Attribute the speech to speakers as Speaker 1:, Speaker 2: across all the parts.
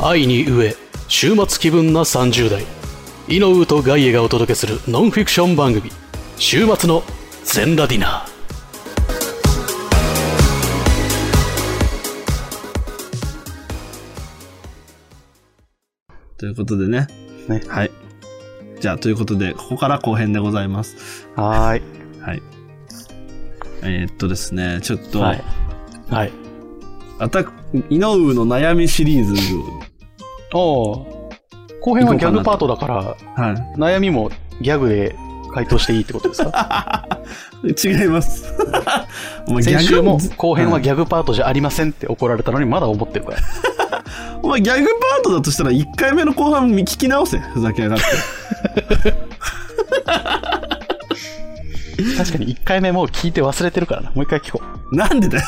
Speaker 1: 愛に飢え週末気分な30代イノウとガイエがお届けするノンフィクション番組「週末の全ラディナー」
Speaker 2: ということでね。
Speaker 3: ね
Speaker 2: はい。じゃあ、ということで、ここから後編でございます。
Speaker 3: はーい。
Speaker 2: はい。えーっとですね、ちょっと、
Speaker 3: はい
Speaker 1: はい
Speaker 2: アタック、イノウの悩みシリーズ
Speaker 3: おお。
Speaker 1: 後編はギャグパートだから
Speaker 2: を。は
Speaker 3: 悩みもギャグで回答していいってことです か
Speaker 2: い。違います。 お前
Speaker 3: 先週も
Speaker 2: ギャグ
Speaker 3: 後編はギャグパートじゃありませんって怒られたのにまだ思ってるから。
Speaker 2: お前ギャグパートだとしたら1回目の後半聞き直せ。ふざけやがって。
Speaker 3: 確かに1回目もう聞いて忘れてるからな。もう一回聞こう。
Speaker 2: な んでだよ。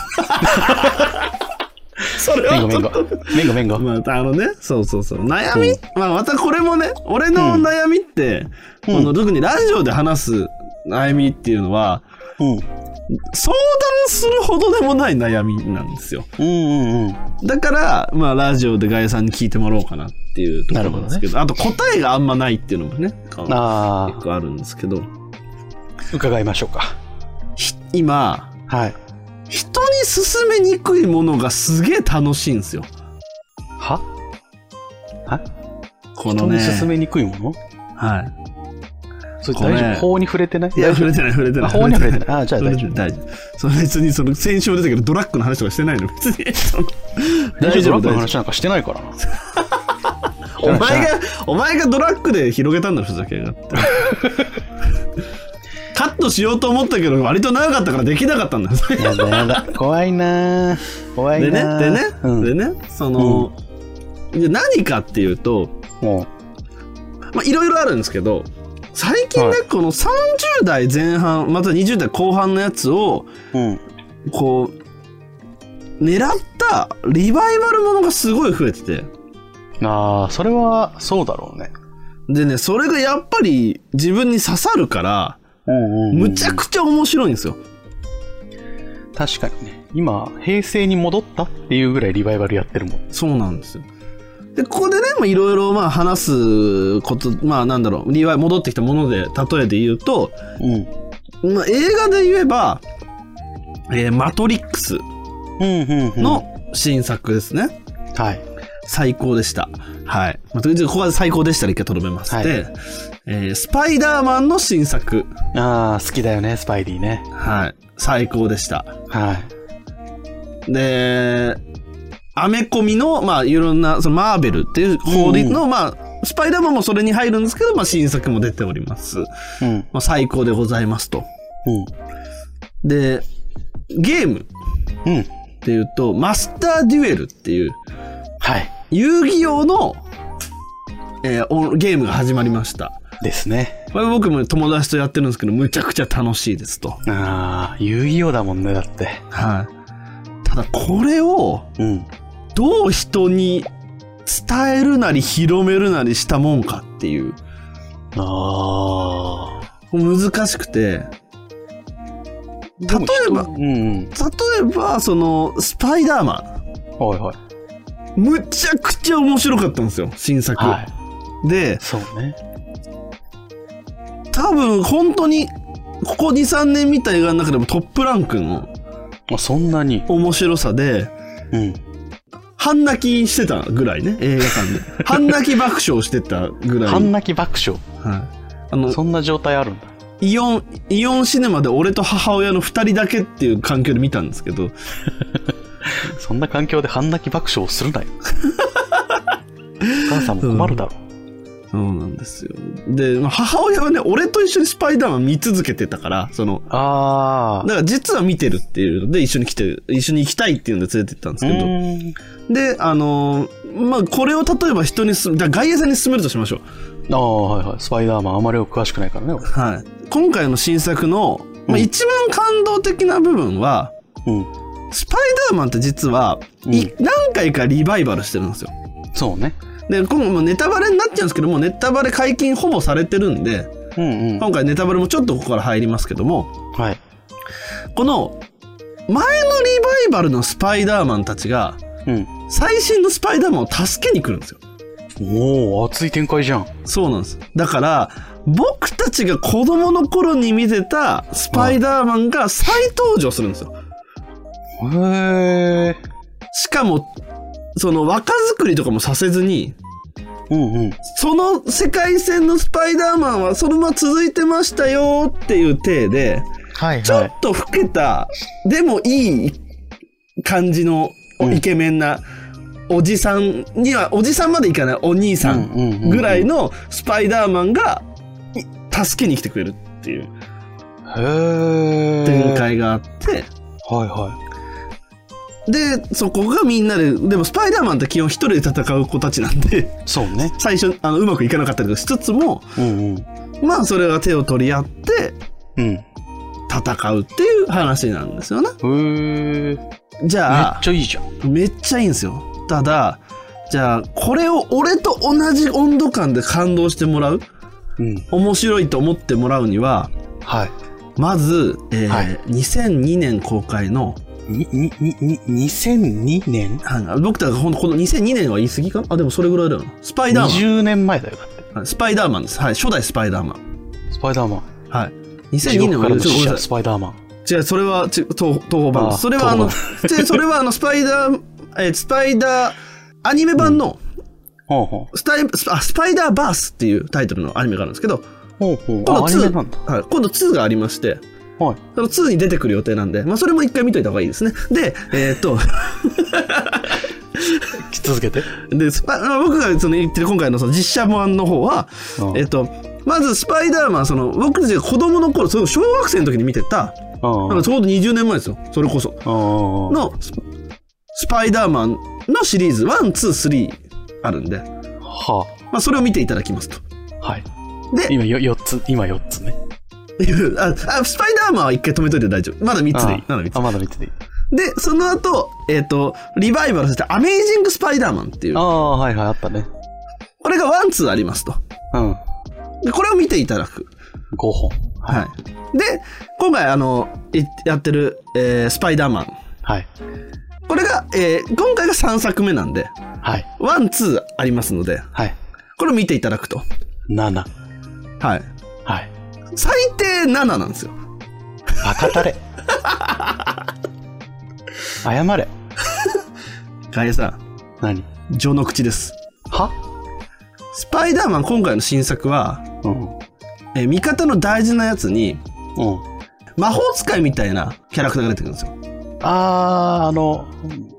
Speaker 2: それ
Speaker 3: めんご
Speaker 2: はち
Speaker 3: め
Speaker 2: ょ
Speaker 3: んご
Speaker 2: っと。。
Speaker 3: めんごめんご。
Speaker 2: まあ、あのね、そうそうそう。悩み、まあ、またこれもね、俺の悩みって、
Speaker 3: うん
Speaker 2: この特にラジオで話す悩みっていうのは、
Speaker 3: うん。
Speaker 2: 相談するほどでもない悩みなんですよ。
Speaker 3: うんうんうん。
Speaker 2: だから、まあ、ラジオでガエさんに聞いてもらおうかなっていうところなんですけど、あと答えがあんまないっていうのもね、あの
Speaker 3: あ
Speaker 2: 結構あるんですけど、
Speaker 3: あ、伺いましょうか。
Speaker 2: ひ今、
Speaker 3: はい。
Speaker 2: 人に勧めにくいものがすげえ楽しいんですよ。
Speaker 3: は
Speaker 2: こ
Speaker 3: 人
Speaker 2: の
Speaker 3: に
Speaker 2: ね。
Speaker 3: 勧めにくいもの
Speaker 2: はい。
Speaker 3: それ
Speaker 2: これ
Speaker 3: 大丈夫法に触れてない
Speaker 2: いや、触れてない、触れてな
Speaker 3: あ
Speaker 2: い。
Speaker 3: 法には触れてない。あーじゃあ
Speaker 2: それ
Speaker 3: 大
Speaker 2: で
Speaker 3: 丈夫。
Speaker 2: 大丈夫。それ別にその先週も出たけどドラッグの話とかしてないの別に。その
Speaker 3: 大丈夫。ドラッグの
Speaker 2: 大
Speaker 3: 話なんかしてないからな。
Speaker 2: お前がお前がドラッグで広げたんだろふざけやがってカットしようと思ったけど割と長かったからできなかったんだ
Speaker 3: やだやだ。怖いなー怖
Speaker 2: で
Speaker 3: い
Speaker 2: ね
Speaker 3: な
Speaker 2: で
Speaker 3: ー
Speaker 2: ね、
Speaker 3: うん。
Speaker 2: でねその、で何かっていうと
Speaker 3: も
Speaker 2: まあいろいろあるんですけど最近ね、
Speaker 3: は
Speaker 2: この30代前半または20代後半のやつを
Speaker 3: う。うん。
Speaker 2: こう狙ったリバイバルものがすごい増えてて。
Speaker 3: ああ、それはそうだろうね。
Speaker 2: でね、それがやっぱり自分に刺さるから、
Speaker 3: うん
Speaker 2: むちゃくちゃ面白いんですよ。
Speaker 3: 確かにね。今、平成に戻ったっていうぐらいリバイバルやってるもん。
Speaker 2: そうなんですよ。で、ここでね、まあいろいろまあ話すこと、まあなんだろう、リワイ戻ってきたもので、例えで言うと、
Speaker 3: うん。
Speaker 2: まあ、映画で言えば、えーマトリックス
Speaker 3: うん、うん、うん。
Speaker 2: の新作ですね。
Speaker 3: はい。
Speaker 2: 最高でした。はい。まあ、とりあえずここは最高でしたら一回とどめます。
Speaker 3: はい
Speaker 2: で、えースパイダーマンの新作。
Speaker 3: ああ、好きだよね、スパイディね。
Speaker 2: はい。最高でした。
Speaker 3: はい。
Speaker 2: で、アメコミの、まあ、いろんな、そのマーベルっていう方での、まあ、スパイダーマンもそれに入るんですけど、まあ、新作も出ております。ま
Speaker 3: うん。
Speaker 2: あ、最高でございますと。で、ゲーム
Speaker 3: うん。うん。
Speaker 2: っていうと、マスターデュエルっていう、
Speaker 3: はい。
Speaker 2: 遊戯王の、えーおゲームが始まりました。
Speaker 3: ですね。
Speaker 2: これ僕も友達とやってるんですけど、むちゃくちゃ楽しいですと。
Speaker 3: ああ、遊戯王だもんね、だって。
Speaker 2: はい。ただ、これを、
Speaker 3: うん。
Speaker 2: どう人に伝えるなり広めるなりしたもんかっていう
Speaker 3: ああ。
Speaker 2: 難しくて例
Speaker 3: でも
Speaker 2: えば
Speaker 3: 人うん、うん。
Speaker 2: 例えばそのスパイダーマ
Speaker 3: はいはい。
Speaker 2: ンむちゃくちゃ面白かったんですよ新作、
Speaker 3: はい。
Speaker 2: で
Speaker 3: そうね。
Speaker 2: 多分本当にここ23年見た映画の中でもトップランクの
Speaker 3: まあ、そんなに。
Speaker 2: 面白さで
Speaker 3: うん。
Speaker 2: 半泣きしてたぐらいね映画館 で半泣き爆笑してたぐらい、
Speaker 3: 半泣き爆笑。
Speaker 2: はい、あの
Speaker 3: そんな状態あるんだ。
Speaker 2: イオン、イオンシネマで俺と母親の二人だけっていう環境で見たんですけど、
Speaker 3: そんな環境で半泣き爆笑をするなよ。お母さんも困るだろ
Speaker 2: そうなんですよ。で、まあ母親はね、俺と一緒にスパイダーマン見続けてたから、その、
Speaker 3: あ
Speaker 2: だから実は見てるっていうので、一緒に来てる、一緒に行きたいっていうので連れてったんです
Speaker 3: う
Speaker 2: けど、
Speaker 3: ーん。
Speaker 2: で、あのーまあ、これを例えば人にす、だから外野さんに勧めるとしましょう。
Speaker 3: ああ、はいはい。スパイダーマンあまり詳しくないからね、俺。
Speaker 2: はい。今回の新作の、まあ、
Speaker 3: うん
Speaker 2: 一番感動的な部分は、
Speaker 3: うん。
Speaker 2: スパイダーマンって実は、い何回かリバイバルしてるんですよ。
Speaker 3: そうね。
Speaker 2: で今後もうネタバレになっちゃうんですけどもネタバレ解禁ほぼされてるんで
Speaker 3: うんうん。
Speaker 2: 今回ネタバレもちょっとここから入りますけども
Speaker 3: はい。
Speaker 2: この前のリバイバルのスパイダーマンたちが
Speaker 3: うん。
Speaker 2: 最新のスパイダーマンを助けに来るんですよ。
Speaker 3: おお熱い展開じゃん。
Speaker 2: そうなんです。だから、僕たちが子供の頃に見てたスパイダーマンが再登場するんですよ。
Speaker 3: へえ。
Speaker 2: しかも、その若作りとかもさせずに、
Speaker 3: うんうん。
Speaker 2: その世界線のスパイダーマンはそのまま続いてましたよっていう体で、
Speaker 3: はい
Speaker 2: ちょ
Speaker 3: は
Speaker 2: っと老けた、でもいい感じの
Speaker 3: うん
Speaker 2: イケメンな、おじさんには、おじさんまでいかない、お兄さ
Speaker 3: うんうんうんうん
Speaker 2: んぐらいのスパイダーマンが、い助けに来てくれるっていう
Speaker 3: い。へえ。
Speaker 2: 展。開があって、
Speaker 3: はいは
Speaker 2: で、そこがみんなで、でもスパイダーマンって基本一人で戦う子たちなんで、
Speaker 3: い。そうね。
Speaker 2: 最初、あの、うまくいかなかったりとかしつつも、
Speaker 3: うんうん。
Speaker 2: まあ、それが手を取り合って、
Speaker 3: うん。
Speaker 2: 戦うっていう話なんですよね。
Speaker 3: へえ。めっ
Speaker 2: じゃあ
Speaker 3: ちゃいいじゃん。
Speaker 2: めっちゃいいんですよただじゃあこれを俺と同じ温度感で感動してもらう
Speaker 3: うん。
Speaker 2: 面白いと思ってもらうには
Speaker 3: はい。
Speaker 2: まず、えー
Speaker 3: はい
Speaker 2: 2002年公開の
Speaker 3: に、に、に、に、2002年
Speaker 2: あ僕たちがほんとこの2002年は言い過ぎかあでもそれぐらいだよなスパイダー
Speaker 3: ?20 年前だよ、だって。
Speaker 2: マンスパイダーマンですはい初代スパイダーマン
Speaker 3: スパイダーマン。
Speaker 2: はい
Speaker 3: 地
Speaker 2: 2002
Speaker 3: 獄
Speaker 2: 年
Speaker 3: か
Speaker 2: は
Speaker 3: らの
Speaker 2: ちょっとご
Speaker 3: 死
Speaker 2: めん
Speaker 3: 者
Speaker 2: な
Speaker 3: ス
Speaker 2: さ
Speaker 3: パイダーマン。
Speaker 2: い違うそれはち東東宝版で
Speaker 3: あー
Speaker 2: すそれはあの でそれはあのスパイダー、えースパイダーアニメ版の、
Speaker 3: ほうほ
Speaker 2: スタイスパあスパイダーバースっていうタイトルのアニメがあるんですけど、
Speaker 3: う。ほうほう。
Speaker 2: 今度
Speaker 3: あ、アニメ
Speaker 2: 2
Speaker 3: なんだ。
Speaker 2: はい、今度2がありまして、
Speaker 3: はい。
Speaker 2: その2に出てくる予定なんで、まあ、それも一回見といた方がいいですね。で、えーっと、
Speaker 1: 続けて
Speaker 2: でスパあの僕がその言ってる今回のその実写版の方は、
Speaker 3: うん
Speaker 2: えーっと、まずスパイダーマン、その僕たちが子供の頃、その小学生の時に見てた、
Speaker 3: うん。
Speaker 2: あのちょうど20年前ですよ、それこそ。
Speaker 3: うん。
Speaker 2: のススパイダーマンのシリーズ、1、2、3あるんで、
Speaker 3: は
Speaker 2: まあ、それを見ていただきますと。
Speaker 3: あ。はい。
Speaker 2: で、
Speaker 3: 今よ4つ、今4つね。
Speaker 2: いうああスパイダーマンは一回止めといて大丈夫。まだ3つでいい。まだ3
Speaker 3: あ、まだ3つでいい。
Speaker 2: つ。で、その後、えっ、と、リバイバルさせて、アメイジング・スパイダーマンっていう
Speaker 3: あ、あ、はいはい、あったね。
Speaker 2: これがワン、ツーありますと。
Speaker 3: うん。5
Speaker 2: で、これを見ていただく。
Speaker 3: 本。
Speaker 2: はい。で、今回、あの、いやってる、えースパイダーマン。
Speaker 3: はい。
Speaker 2: これが、えー今回が3作目なんで、
Speaker 3: はい。
Speaker 2: ワン、ツーありますので、
Speaker 3: はい。
Speaker 2: これを見ていただくと。
Speaker 3: 7。
Speaker 2: はい。
Speaker 3: はい。
Speaker 2: 最低7なんですよ。
Speaker 3: バカ たれ。謝れ。
Speaker 2: ガエさん、
Speaker 3: 何
Speaker 2: 序の口です。
Speaker 3: は
Speaker 2: スパイダーマン今回の新作は、
Speaker 3: うん。
Speaker 2: えー味方の大事なやつに、
Speaker 3: うん。
Speaker 2: 魔法使いみたいなキャラクターが出てくるんですよ。
Speaker 3: あー、あの、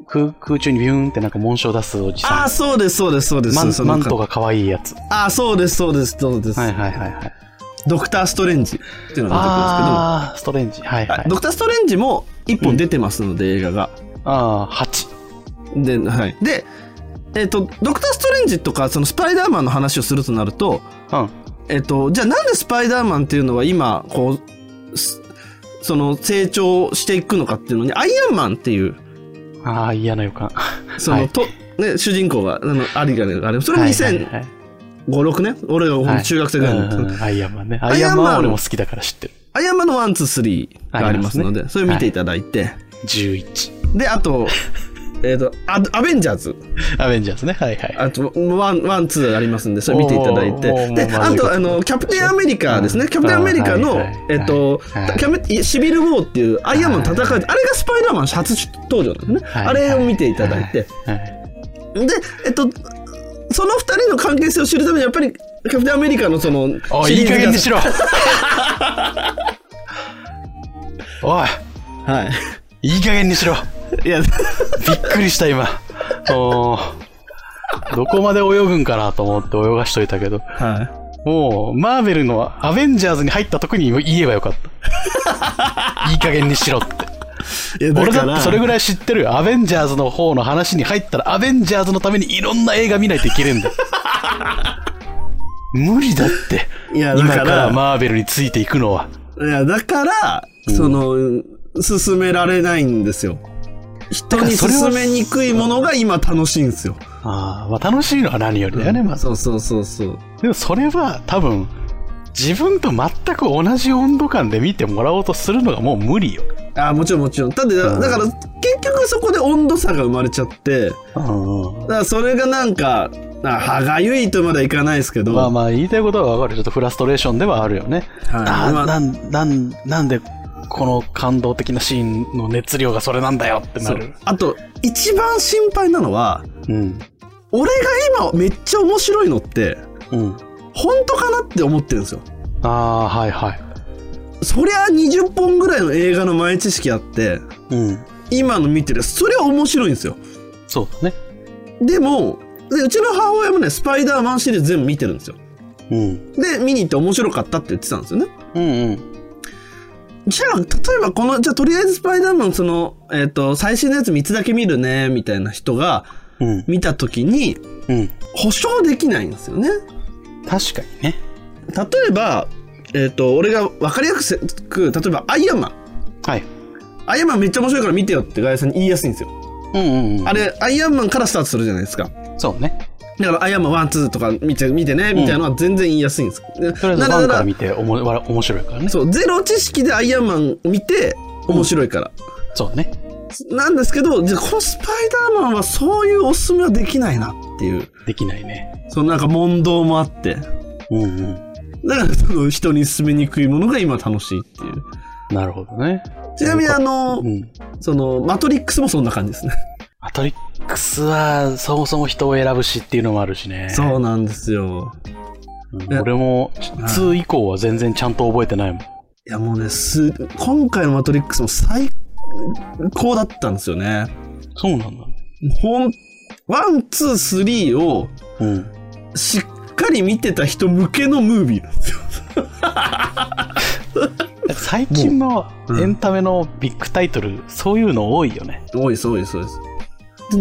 Speaker 3: 空空中にビューンってなんか紋章出すおじ
Speaker 2: あ
Speaker 3: さ
Speaker 2: あ、そうです、そうです、そうで
Speaker 3: ん。
Speaker 2: す。
Speaker 3: マン
Speaker 2: その
Speaker 3: マントが可愛いやつ。
Speaker 2: ああ、そうです、そうです、そうです。
Speaker 3: はいはいはいはい。
Speaker 2: ドクター・ストレンジっていうのが
Speaker 3: あー、ストレンジ。はい
Speaker 2: 出てくるんですけど、
Speaker 3: は
Speaker 2: はいい。ドクター・ストレンジも一本出てますので、映画が。
Speaker 3: あー、8。
Speaker 2: で、はい。で、えっ、と、ドクター・ストレンジとか、そのスパイダーマンの話をするとなると、
Speaker 3: うん。
Speaker 2: えっ、と、じゃあなんでスパイダーマンっていうのは今、こう、すその成長していくのかっていうのに、アイアンマンっていう、
Speaker 3: あー、嫌な予感。
Speaker 2: その、
Speaker 3: はい
Speaker 2: と、ね、主人公が、あの、ありがね、あれ、それ
Speaker 3: はい
Speaker 2: 2005、
Speaker 3: はいはい
Speaker 2: 6年俺がほんと中学生ぐらいの時、
Speaker 3: うんアイアンマンね。ア
Speaker 2: ア
Speaker 3: イ
Speaker 2: イ
Speaker 3: ア
Speaker 2: ア
Speaker 3: ン
Speaker 2: ンマン
Speaker 3: マンは俺も好きだから知ってる。
Speaker 2: アイアンマンのワン、ツー、スリーがありますので、
Speaker 3: ありますね
Speaker 2: それを見ていただいて、
Speaker 3: 11。
Speaker 2: で、あと、えっ、とア、アベンジャーズ、
Speaker 3: アベンジャーズね。はいはい。
Speaker 2: あと、ワン、ワン、ツーありますんで、それ見ていただい
Speaker 3: おー
Speaker 2: て、
Speaker 3: もう
Speaker 2: で、
Speaker 3: もうまず
Speaker 2: あ
Speaker 3: いこと
Speaker 2: と、あの、キャプテンアメリカです
Speaker 3: うん
Speaker 2: ね、キャプテンアメリカ
Speaker 3: あー
Speaker 2: の
Speaker 3: はいはい、
Speaker 2: えっ、と、
Speaker 3: はい
Speaker 2: キャメシビル・ウォーっていうアイアンマンと戦う、
Speaker 3: はいはい
Speaker 2: あれがスパイダーマン初登場なんですね、
Speaker 3: はい
Speaker 2: あれを見ていただいて、
Speaker 3: はいはい
Speaker 2: で、えっ、と、その二人の関係性を知るために、やっぱり、キャプテンアメリカのその、
Speaker 3: おい、
Speaker 2: シ
Speaker 3: いい
Speaker 2: リーズ
Speaker 3: 加
Speaker 2: が
Speaker 3: 減にしろ おい、
Speaker 2: はい。
Speaker 3: いい加減にしろ
Speaker 2: いや、
Speaker 3: びっくりした、今。おーどこまで泳ぐんかなと思って泳がしといたけど、
Speaker 2: はい。
Speaker 3: もう、マーベルのアベンジャーズに入った時に言えばよかった。 いい加減にしろって。
Speaker 2: いや
Speaker 3: 俺だ
Speaker 2: だか
Speaker 3: っ
Speaker 2: ら
Speaker 3: てそれぐらい知ってるよ。アベンジャーズの方の話に入ったら、アベンジャーズのためにいろんな映画見ないといけねえん だよ。無理だって。
Speaker 2: いやだ
Speaker 3: 今
Speaker 2: から
Speaker 3: からマーベルについていくのは。
Speaker 2: いや、だから、その、進められないんですよ。人に
Speaker 3: だからそれは
Speaker 2: 進めにくいものが今楽しいんですよ。
Speaker 3: ああ、まあ楽しいのは何よりだよね、まず。
Speaker 2: そうそうそうそう。
Speaker 3: でもそれは多分、自分と全く同じ温度感で見てもらおうとするのがもう無理よ。
Speaker 2: ああもちろんもちろんただだから結局そこで温度差が生まれちゃって
Speaker 3: うん
Speaker 2: だからそれがなんかあ歯がゆいとまではいかないですけど、
Speaker 3: まあまあ言いたいことはわかるちょっとフラストレーションではあるよね、
Speaker 2: はい
Speaker 3: あ
Speaker 2: まあ
Speaker 3: ーなんなんなんでこの感動的なシーンの熱量がそれなんだよってな
Speaker 2: そう
Speaker 3: る
Speaker 2: あと一番心配なのは
Speaker 3: うん
Speaker 2: 俺が今めっちゃ面白いのって
Speaker 3: うん
Speaker 2: 本当かなって思ってるんですよ
Speaker 3: ああはいはい
Speaker 2: そりゃ20本ぐらいの映画の前知識あって
Speaker 3: うん
Speaker 2: 今の見てるそれは面白いんですよ
Speaker 3: そうだね
Speaker 2: でもでうちの母親もねスパイダーマンシリーズ全部見てるんですよ
Speaker 3: うん
Speaker 2: で見に行って面白かったって言ってたんですよね
Speaker 3: うんうん
Speaker 2: じゃあ例えばこのじゃあとりあえずスパイダーマンその、えっと最新のやつ3つだけ見るねみたいな人が
Speaker 3: うん
Speaker 2: 見た時に
Speaker 3: うん
Speaker 2: 保証できないんですよね
Speaker 3: 確かにね
Speaker 2: 例えばえっ、と俺が分かりやすく例えばアイアンマン
Speaker 3: はい
Speaker 2: アイアンマンめっちゃ面白いから見てよってガイさんに言いやすいんですよ
Speaker 3: うんうん、うん、
Speaker 2: あれアイアンマンからスタートするじゃないですか
Speaker 3: そうね
Speaker 2: だからアイアンマンワンツーとか見て見てねみたいなのは全然言いやすいんです、で
Speaker 3: とりあえずファ
Speaker 2: なぜ
Speaker 3: ンか
Speaker 2: な
Speaker 3: ら
Speaker 2: ら
Speaker 3: 見ておもわら面白いからねそ
Speaker 2: そうゼロ知識でアイアンマン見て面白いから、
Speaker 3: うね
Speaker 2: なんですけど、じゃあこのスパイダーマンはそういうおすすめはできないなっていう、
Speaker 3: できないね
Speaker 2: そのなんか問答もあって、だか
Speaker 3: うんうん
Speaker 2: らその人に勧めにくいものが今楽しいっていう。
Speaker 3: なるほどね
Speaker 2: ちなみにあの
Speaker 3: う、ん
Speaker 2: その、マトリックスもそんな感じですね。
Speaker 3: アトリックスはそもそも人を選ぶしっていうのもあるしね
Speaker 2: そうなんですよ。
Speaker 3: うん俺も2以降は全然ちゃんと覚えてないもん
Speaker 2: いやもうね、す、今回のマトリックスも最高だったんですよね。
Speaker 3: そうなんだ
Speaker 2: ほん、ワン、ツー、スリーを
Speaker 3: うん
Speaker 2: しっかり見てた人向けのムービーなんですよ。
Speaker 3: 最近の
Speaker 2: ううん
Speaker 3: エンタメのビッグタイトルそういうの多いよね
Speaker 2: 多いです、多いです、多いです。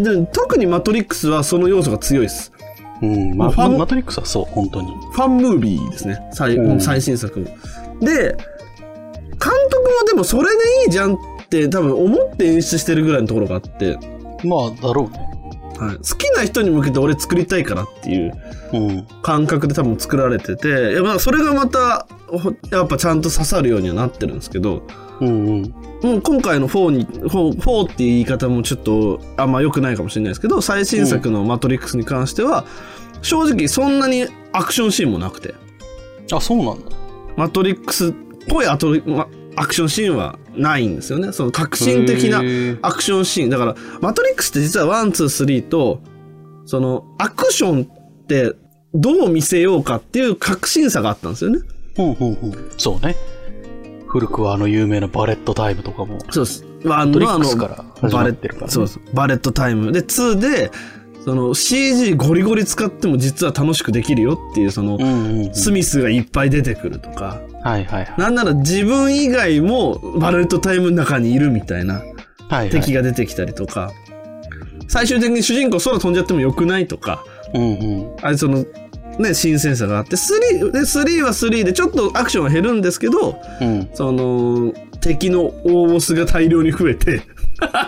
Speaker 2: でで特にマトリックスはその要素が強いです。
Speaker 3: うんまあ
Speaker 2: ファン
Speaker 3: まマトリックスはそう本当に
Speaker 2: ファンムービーですね。最,、
Speaker 3: うん
Speaker 2: 最新作も。で、監督もでもそれでいいじゃんって多分思って演出してるぐらいのところがあって、
Speaker 3: まあだろうね
Speaker 2: はい、好きな人に向けて俺作りたいからっていう
Speaker 3: うん
Speaker 2: 感覚で多分作られてて、いやまあそれがまた、ほやっぱちゃんと刺さるようにはなってるんですけど、
Speaker 3: うんうん
Speaker 2: もう今回の4に、4, 4っていう言い方もちょっとあんま良くないかもしれないですけど、最新作のマトリックスに関しては、正直そんなにアクションシーンもなくて、
Speaker 3: あそうなんだ
Speaker 2: マトリックスっぽいアトリ、まアクションシーンはないんですよね。その革新的な
Speaker 3: へー
Speaker 2: アクションシーン。だから、マトリックスって実は1、2、3と、そのアクションってどう見せようかっていう革新さがあったんですよね。
Speaker 3: うんうんうんそうね古くはあの有名なバレットタイムとかも
Speaker 2: そうです。ワン
Speaker 3: トリ
Speaker 2: のあ
Speaker 3: ックス
Speaker 2: の
Speaker 3: か、ら始まってるから、ね、
Speaker 2: そうそうバレットタイムで2でその CG ゴリゴリ使っても実は楽しくできるよっていうその、
Speaker 3: うんうんうん
Speaker 2: スミスがいっぱい出てくるとか
Speaker 3: はいはいはい
Speaker 2: なんなら自分以外もバレットタイムの中にいるみたいな
Speaker 3: はいはい
Speaker 2: 敵が出てきたりとか、最終的に主人公空飛んじゃってもよくないとか
Speaker 3: うんうん
Speaker 2: あれそのね新鮮さがあって3で3は3でちょっとアクションは減るんですけど
Speaker 3: うん
Speaker 2: その敵の大ボスが大量に増えて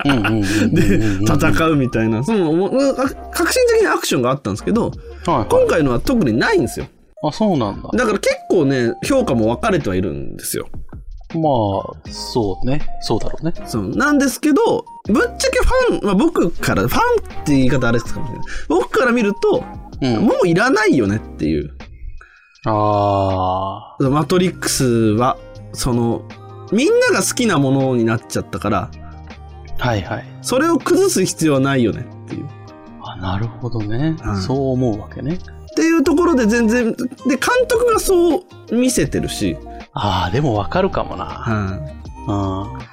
Speaker 3: うんうんうん
Speaker 2: で
Speaker 3: うんうん
Speaker 2: 戦うみたいな、そのもうあ革新的なアクションがあったんですけど、
Speaker 3: はいはい
Speaker 2: 今回のは特にないんですよ。
Speaker 3: あそうなんだ
Speaker 2: だから結構ね、評価も分かれてはいるんですよ。
Speaker 3: まあそうねそうだろうね
Speaker 2: そうなんですけど、ぶっちゃけファン、まあ、僕から、ファンって言い方あれですかもしれない。僕から見ると、
Speaker 3: うん
Speaker 2: もういらないよねっていう。
Speaker 3: あ
Speaker 2: マトリックスは、その、みんなが好きなものになっちゃったから、
Speaker 3: あはいはい
Speaker 2: それを崩す必要はないよねっていう。
Speaker 3: あなるほどね、
Speaker 2: うん
Speaker 3: そう思うわけね
Speaker 2: っていうところで全然、で、監督がそう見せてるし、
Speaker 3: ああでもわかるかもな
Speaker 2: はい。
Speaker 3: うん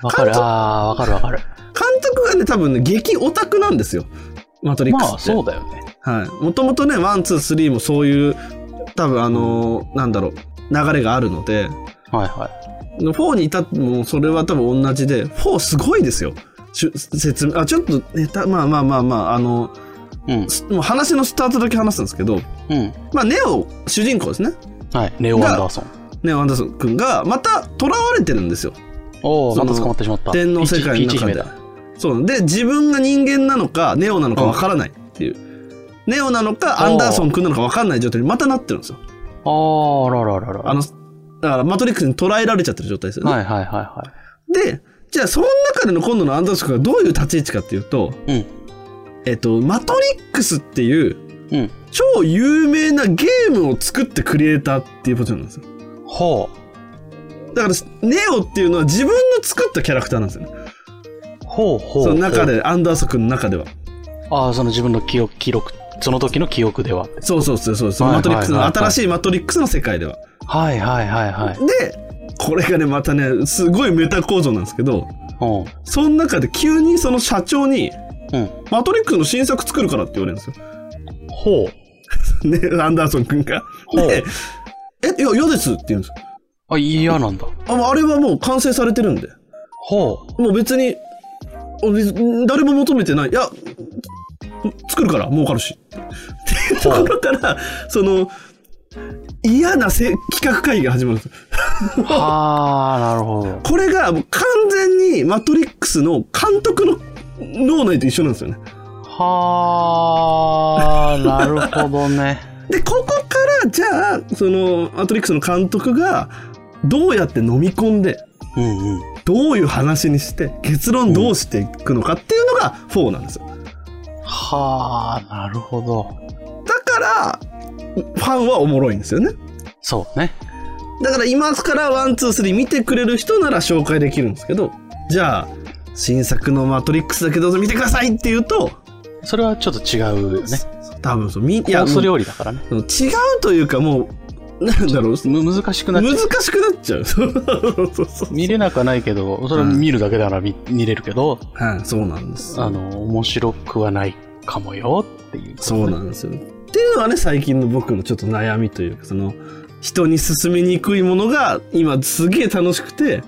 Speaker 3: わかる
Speaker 2: 監督
Speaker 3: ああわかるわかる
Speaker 2: 監督がね多分ね激オタクなんですよマトリック
Speaker 3: ま
Speaker 2: ス
Speaker 3: あ
Speaker 2: って、
Speaker 3: そうだよね
Speaker 2: はいもともとねワンツースリーもそういう多分あのーなんだろう流れがあるので
Speaker 3: はいはい
Speaker 2: 4に至ってもそれは多分同じで4すごいですよしゅ説明あちょっとネタまあまあまあまああの
Speaker 3: うん
Speaker 2: すもう話のスタートだけ話すんですけど
Speaker 3: うん
Speaker 2: まあネオ主人公ですね
Speaker 3: はいネオ・アンダーソン
Speaker 2: ネオ・アンダーソン君がまた囚われてるんですよ
Speaker 3: おお
Speaker 2: そ
Speaker 3: ま
Speaker 2: の
Speaker 3: た捕まってしまった
Speaker 2: 天皇世界の中
Speaker 3: ピーチ姫
Speaker 2: で
Speaker 3: だ。
Speaker 2: そうで自分が人間なのかネオなのかわからないっていう、ネオなのかアンダーソン君なのかわかんない状態にまたなってるんですよ
Speaker 3: あーあらららら
Speaker 2: あのだからマトリックスに捉えられちゃってる状態ですよね、
Speaker 3: はいはいはいは
Speaker 2: でじゃあ、その中での今度のアンダース君がどういう立ち位置かっていうと、
Speaker 3: うん
Speaker 2: えっと、マトリックスっていう
Speaker 3: うん。
Speaker 2: 超有名なゲームを作ってクリエイターっていうポジションなんですよ。
Speaker 3: ほ
Speaker 2: だから、ネオっていうのは自分の作ったキャラクターなんですよね。
Speaker 3: う。ほうほう。
Speaker 2: その中
Speaker 3: ほう。
Speaker 2: で、アンダーソ君の中では。
Speaker 3: ああ、その自分の記憶、記録、その時の記憶では。
Speaker 2: そうそうそうそう、その
Speaker 3: はい
Speaker 2: マトリックスの、
Speaker 3: はいはいはい
Speaker 2: 新しいマトリックスの世界では。
Speaker 3: はいはいはいはい。
Speaker 2: で、これがね、またね、すごいメタ構造なんですけど、
Speaker 3: うん。
Speaker 2: その中で急にその社長に、
Speaker 3: うん。
Speaker 2: マトリックスの新作作るからって言われるんですよ。
Speaker 3: ほう。
Speaker 2: ね、アンダーソン君が。
Speaker 3: ほう
Speaker 2: で、え、いや、嫌ですって言うんですよ。
Speaker 3: あ、嫌なんだ。
Speaker 2: あもうあれはもう完成されてるんで。
Speaker 3: ほう。
Speaker 2: もう別に、お別に誰も求めてない。いや、作るから儲かるし。っていうところから、その、嫌なせ企画会議が始まるんですよ。
Speaker 3: はあ、なるほど。
Speaker 2: これがもう完全にマトリックスの監督の脳内と一緒なんですよね。
Speaker 3: はあ、なるほどね。
Speaker 2: で、ここから、じゃあ、その、マトリックスの監督が、どうやって飲み込んで、
Speaker 3: うんうん。
Speaker 2: どういう話にして、結論どうしていくのかっていうのが4なんですよ。
Speaker 3: はあ、なるほど。
Speaker 2: だから、ファンはおもろいんですよね。
Speaker 3: そうね。
Speaker 2: だから今からワンツースリー見てくれる人なら紹介できるんですけど、じゃあ、新作のマトリックスだけどうぞ見てくださいって言うと、
Speaker 3: それはちょっと違うね。
Speaker 2: 多分そう、み、い
Speaker 3: いや、
Speaker 2: や、
Speaker 3: コース
Speaker 2: もう
Speaker 3: 料理だからね。
Speaker 2: 違うというかもう、なんだろう、
Speaker 3: む難しくなっちゃ
Speaker 2: 難
Speaker 3: う。
Speaker 2: しくなっちゃう。そうそうそう。
Speaker 3: 見れなくはないけど、それは見るだけなら見,、見れるけど、
Speaker 2: はい、そうなんです。
Speaker 3: あの、面白くはないかもよっていう。
Speaker 2: そうなんですよ。っていうのはね、最近の僕のちょっと悩みというか、その、人に勧めにくいものが今すげえ楽しくて、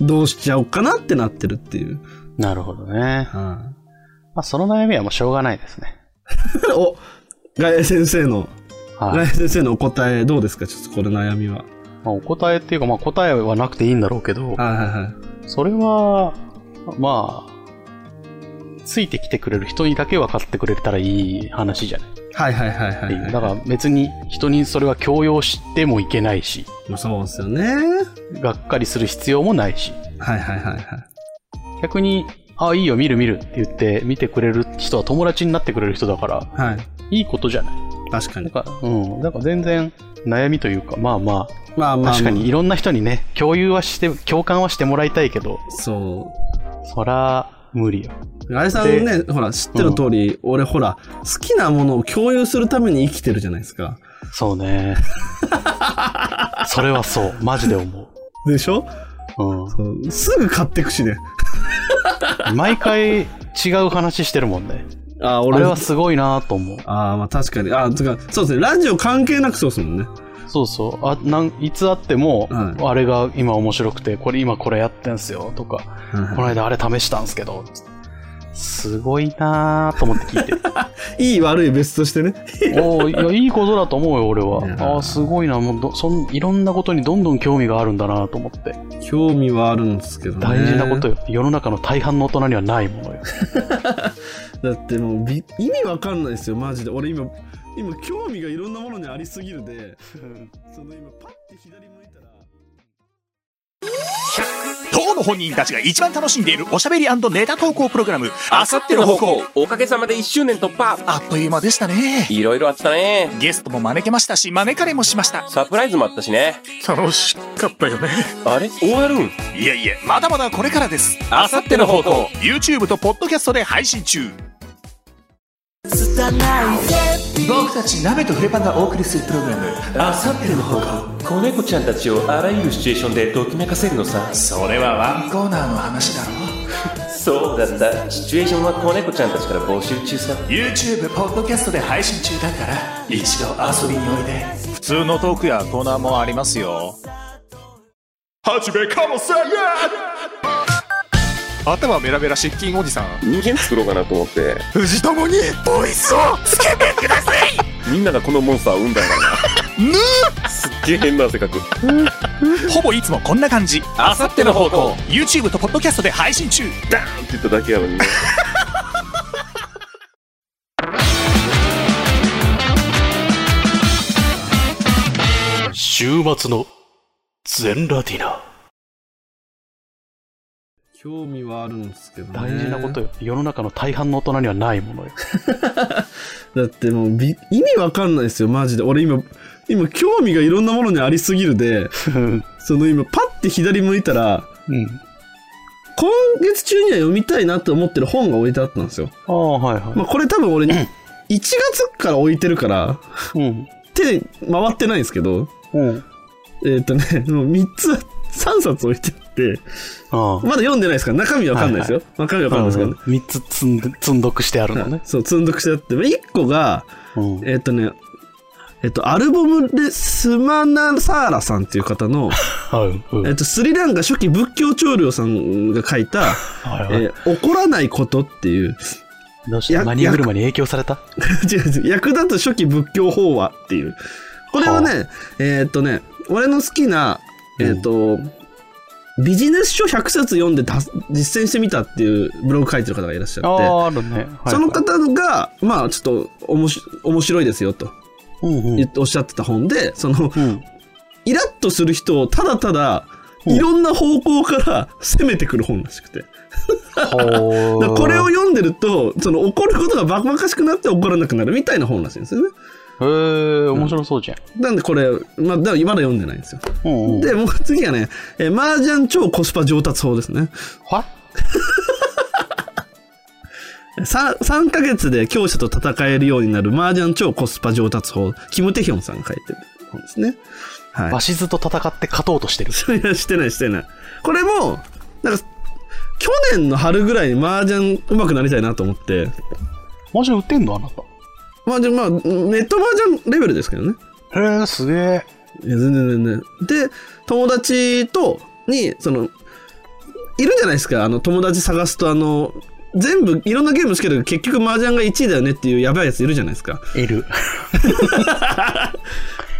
Speaker 2: どうしちゃおうかなってなってるっていう。
Speaker 3: なるほどね。
Speaker 2: は
Speaker 3: まあ、その悩みはもうしょうがないですね。
Speaker 2: いお、ガエ先生の、ガ
Speaker 3: は
Speaker 2: エ
Speaker 3: い。
Speaker 2: 先生のお答えどうですかちょっとこれ悩みは。
Speaker 3: まあ、お答えっていうか、まあ、答えはなくていいんだろうけど、
Speaker 2: はいはいはい。
Speaker 3: それは、まあ、ついてきてくれる人にだけ分かってくれたらいい話じゃないっ
Speaker 2: はいはいはいは
Speaker 3: て
Speaker 2: い
Speaker 3: いう、
Speaker 2: はい。
Speaker 3: だから別に人にそれは強要してもいけないし、
Speaker 2: ら、そうですよね。はい
Speaker 3: がっかりする必要もないし、
Speaker 2: はいはいはい。
Speaker 3: 逆に、あ、いいよ、見る見るって言って、見てくれる人は友達になってくれる人だから、
Speaker 2: はい。
Speaker 3: いいことじゃない。
Speaker 2: 確かに
Speaker 3: なん。か、うん、なんか全然悩みというか、まあま
Speaker 2: まあ
Speaker 3: あ、
Speaker 2: まあ、
Speaker 3: 確かにいろんな人にね、共有はして、共感はしてもらいたいけど、
Speaker 2: そう。
Speaker 3: そら、無理よ。
Speaker 2: ガエさんね、ほら、知ってる通り、俺ほら、好きなものを共有するために生きてるじゃないですか。
Speaker 3: そう ね。それはそう、マジで思
Speaker 2: でしょ
Speaker 3: う。う
Speaker 2: そうすぐ買ってくしね。
Speaker 3: ん。毎回違う話してるもんね。
Speaker 2: ああ、
Speaker 3: 俺
Speaker 2: 俺
Speaker 3: は。すごいなと思う。
Speaker 2: ああ、まあ確かに。ああ、つうか、そうですね。ラジオ関係なくそうですもんね。
Speaker 3: そうそう。あ、なん、いつあっても、
Speaker 2: はい
Speaker 3: あれが今面白くて、これ今これやってんすよ、とか、この
Speaker 2: は
Speaker 3: 間あれ試したんすけど、すごいなと思って聞いてる。
Speaker 2: いい悪い別としてね。
Speaker 3: おーいやいいことだと思うよ、俺
Speaker 2: いや
Speaker 3: は。ああ、すごいな、もうどそん、いろんなことにどんどん興味があるんだなと思って。
Speaker 2: 興味はあるんですけどね。
Speaker 3: 大事なことよ。世の中の大半の大人にはないものよ。
Speaker 2: だってもうび、意味わかんないですよ、マジで。俺今、今、興味がいろんなものにありすぎ るで、その今、パッて左向いたら、
Speaker 4: 当の本人たちが一番楽しんでいるおしゃべりネタ投稿プログラム、あさっての方向。
Speaker 5: おかげさまで1周年突破
Speaker 4: あっという間でしたね。
Speaker 5: いろいろあったね
Speaker 4: ゲストも招けましたし、招かれもしました。
Speaker 5: サプライズもあったしね
Speaker 4: 楽しかったよね。
Speaker 5: あれ終わるん
Speaker 4: いえいえ、まだまだこれからです。
Speaker 5: あさっての方向
Speaker 4: YouTube と Podcast で配信中。
Speaker 6: 僕たち鍋とフレパンがお送りするプログラム
Speaker 5: あさっての方向子猫ちゃんたちをあらゆるシチュエーションでときめかせるのさ
Speaker 4: それはワン。
Speaker 6: コーナーの話だろ
Speaker 5: そうなんだシチュエーションは子猫ちゃんたちから募集中さ
Speaker 6: YouTube ポッドキャストで配信中だから一度遊びにおいで
Speaker 4: 普通のトークやコーナーもありますよ。はじめかもせ頭メラメラ失禁おじさん。
Speaker 7: 人間作ろうかなと思って
Speaker 4: 藤友にボイスをつけてください
Speaker 7: みんながこのモンスターを産んだから
Speaker 4: ぬ
Speaker 7: なすっげえ変な性格
Speaker 4: ほぼいつもこんな感じ。
Speaker 5: あさっての方向
Speaker 4: YouTube と Podcast で配信中。
Speaker 7: ダーンって言っただけやのにね
Speaker 1: 週末の全ラティナ
Speaker 2: 興味はあるんですけどね
Speaker 3: 大事なことよ。世の中の大半の大人にはないもの よ。
Speaker 2: だってもうび意味わかんないですよマジで俺今今興味がいろんなものにありすぎる で
Speaker 3: うん。
Speaker 2: その今パッて左向いたら今月中には読みたいなと思ってる本が置いてあったんですよ、
Speaker 3: ああ、はいはい。
Speaker 2: まあ、これ多分 俺1月から置いてるから
Speaker 3: うん。
Speaker 2: 手回ってないんですけど
Speaker 3: うん。
Speaker 2: えーっ、とね もう3つ3冊置いてあって
Speaker 3: ああ。
Speaker 2: まだ読んでないですから中身わかんないですよ、中身わかんないですけどね、
Speaker 3: 3つ積んで積んどくしてあるの
Speaker 2: はい
Speaker 3: ね。
Speaker 2: そう積んどくしてあって1個が
Speaker 3: うん。
Speaker 2: えっ、とね、えっ、と、アルボムレ・スマナサーラさんっていう方の、
Speaker 3: はい。うん
Speaker 2: えっと、スリランカ初期仏教長領さんが書い た、
Speaker 3: はいはい
Speaker 2: えー怒らないことっていう、
Speaker 3: どうした
Speaker 2: や
Speaker 3: マニア車に影響された
Speaker 2: 違う違う役立つ初期仏教法話っていう。これはね、えっとね、俺の好きな、えっと、ビジネス書100冊読んでた実践してみたっていうブログ書いてる方がいらっしゃって、
Speaker 3: あ、あるね。はいはい
Speaker 2: その方が、まあちょっとおもし面白いですよと
Speaker 3: うんうん
Speaker 2: 言っておっしゃってた本で、その、
Speaker 3: うん
Speaker 2: イラッとする人をただただ
Speaker 3: ん
Speaker 2: いろんな方向から攻めてくる本らしくて。
Speaker 3: ほ
Speaker 2: だから
Speaker 3: ー
Speaker 2: これを読んでると、その怒ることがバカバカしくなって怒らなくなるみたいな本らしいんですよね。
Speaker 3: へえ、面白そうじゃん。
Speaker 2: なんでこれ、まあ、だからまだ読んでないんですよ。
Speaker 3: うんうん。
Speaker 2: で、もう次がね、えー、麻雀超コスパ上達法ですね。
Speaker 3: は
Speaker 2: さ3ヶ月で強者と戦えるようになる麻雀超コスパ上達法。キム・テヒョンさんが書いてる本ですね。 はい。
Speaker 3: バシズと戦って勝とうとしてる。
Speaker 2: いや、してない、してない。これも、なんか、去年の春ぐらいに麻雀上手くなりたいなと思って、
Speaker 3: マジ売ってんのあなた。
Speaker 2: 麻雀、まあ、ネット麻雀レベルですけどね。
Speaker 3: へえ、すげえ。
Speaker 2: いや、全然全然。で、友達と、に、その、いるじゃないですか、あの、友達探すと、あの、全部、いろんなゲームしてるけど、結局麻雀が1位だよねっていうやばいやついるじゃないですか。
Speaker 3: いる。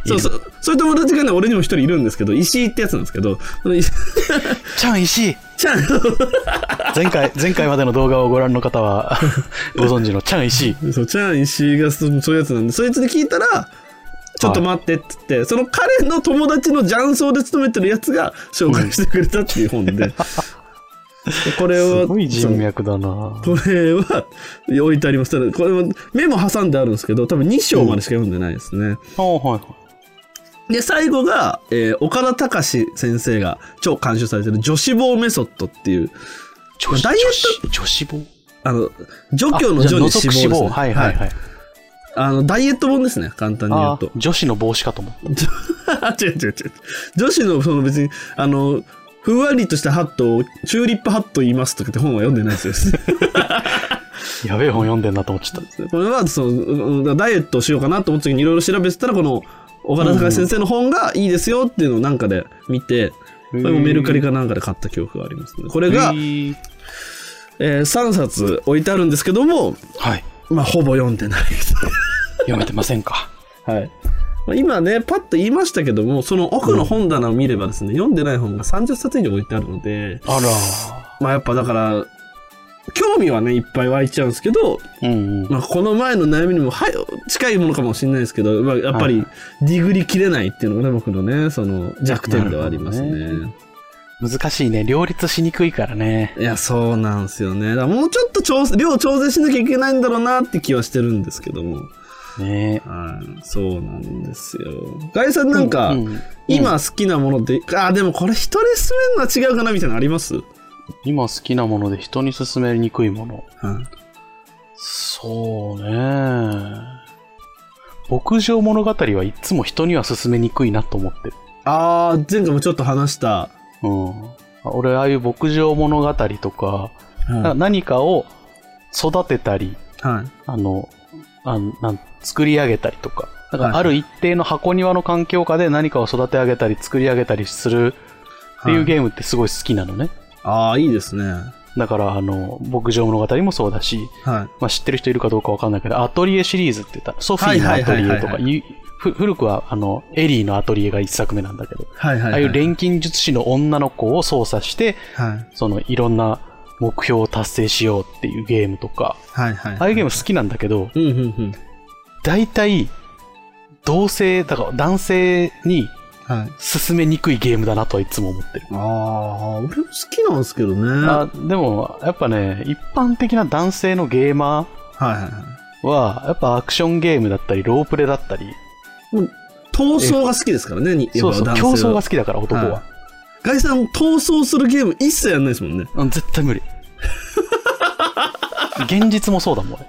Speaker 2: そうそう。そういう友達がね、俺にも一人いるんですけど、石井ってやつなんですけど、その石井
Speaker 3: ちゃん石井
Speaker 2: ちゃん、
Speaker 3: 前回、 前回までの動画をご覧の方は、ご存知のちゃん石井。
Speaker 2: そう、チャーン石井がそそういうやつなんで、そいつで聞いたら、ちょっと待ってっつって、その彼の友達の雀荘で勤めてるやつが紹介してくれたっていう本で、 でこれは、
Speaker 3: すごい人脈だな
Speaker 2: そうこれは置いてあります。ただ、これもメモ挟んであるんですけど、多分2章までしか読んでないですね。
Speaker 3: ああ、はいはい。
Speaker 2: で、最後が、えー岡田隆先生が超監修されてる女子棒メソッドっていう、
Speaker 3: 女子
Speaker 2: ダイエッ
Speaker 3: 女子女子棒
Speaker 2: あの、除
Speaker 3: あ
Speaker 2: 去の
Speaker 3: じゃあ覗
Speaker 2: 女に脂
Speaker 3: く
Speaker 2: 肪です、
Speaker 3: 脂
Speaker 2: ね。
Speaker 3: 肪。はいはいはい。
Speaker 2: あの、ダイエット本ですね、簡単に言
Speaker 3: あ
Speaker 2: うと
Speaker 3: ー。女子の帽子かと思った。
Speaker 2: 違う違う違う。女子の、その別に、あの、ふんわりとしたハットを、チューリップハット言いますとかって本は読んでないですよ。
Speaker 3: やべえ本読んでんなと思っちゃった。
Speaker 2: これは、そのうん、ダイエットをしようかなと思った時にいろいろ調べてたら、この、岡田隆先生の本がいいですよっていうのをなんかで見て、これもメルカリかなんかで買った記憶がありますね。これが、
Speaker 3: ー
Speaker 2: えー3冊置いてあるんですけども、
Speaker 3: はい。
Speaker 2: まあ、ほぼ読んでない。
Speaker 3: 読めてませんか。
Speaker 2: はい。 まあ今ね、パッと言いましたけども、その奥の本棚を見ればですね、読んでない本が30冊以上置いてあるので、
Speaker 3: あ
Speaker 2: まあやっぱだから、興味はね、いっぱい湧いちゃうんですけど、
Speaker 3: ら。うんうん。
Speaker 2: まあ、この前の悩みにもはい近いものかもしれないですけど、まあ、やっぱりディグリ切れないっていうのがね、僕のね、その弱点ではあります
Speaker 3: なるほど
Speaker 2: ね。
Speaker 3: 難しいね。両立しにくいからね。
Speaker 2: いや、そうなんですよね。だからもうちょっと調整、量を調整しなきゃいけないんだろうなって気はしてるんですけども。
Speaker 3: ね
Speaker 2: はい、そうなんですよ。ガイさんなんか、
Speaker 3: うんうん
Speaker 2: 今好きなものって、あー、でもこれ人に勧めるのは違うかなみたいなのありますはい、
Speaker 3: 今好きなもので人に勧めにくいもの。そうね。牧場物語はいつも人には勧めにくいなと思ってる。
Speaker 2: あー、前回もちょっと話した。
Speaker 3: うん。俺、ああいう牧場物語とか、なんか
Speaker 2: は
Speaker 3: 何かを育てたり、
Speaker 2: い。はい
Speaker 3: あの、あのなん作り上げたりとか、だか
Speaker 2: はい
Speaker 3: らある一定の箱庭の環境下で何かを育て上げたり作り上げたりするってい
Speaker 2: は
Speaker 3: う
Speaker 2: い
Speaker 3: ゲームってすごい好きなのね。
Speaker 2: ああ、いいですね。は
Speaker 3: だから、あの、牧場物語もそうだし、
Speaker 2: い。
Speaker 3: まあ、知ってる人いるかどうかわかんないけど、アトリエシリーズって言ったら、ソフィーのアトリエと
Speaker 2: はいはいはいは
Speaker 3: か、
Speaker 2: いはい
Speaker 3: ふ古くは、あの、エリーのアトリエが一作目なんだけど、
Speaker 2: はいはい、はい。
Speaker 3: ああいう錬金術師の女の子を操作して、
Speaker 2: はい。
Speaker 3: その、いろんな目標を達成しようっていうゲームとか、
Speaker 2: はいはい。
Speaker 3: ああいうゲーム好きなんだけど、
Speaker 2: うんうんうん。
Speaker 3: 大体、同性、だから男性に
Speaker 2: はい。
Speaker 3: 進めにくいゲームだなとはいつも思ってる。
Speaker 2: ああ、俺も好きなんですけどね。は
Speaker 3: あでも、やっぱね、一般的な男性のゲーマ
Speaker 2: いはいは
Speaker 3: ーは、やっぱアクションゲームだったり、ロープレだったり、
Speaker 2: い。もう、闘争が好きですからね、に
Speaker 3: そうそう、
Speaker 2: やっぱ
Speaker 3: 競
Speaker 2: 男性
Speaker 3: 争
Speaker 2: は
Speaker 3: が好きだから、男は。
Speaker 2: はいガイさん、闘争するゲーム一切やんないですもんね。
Speaker 3: うん絶対 無理。現実もそうだもん、俺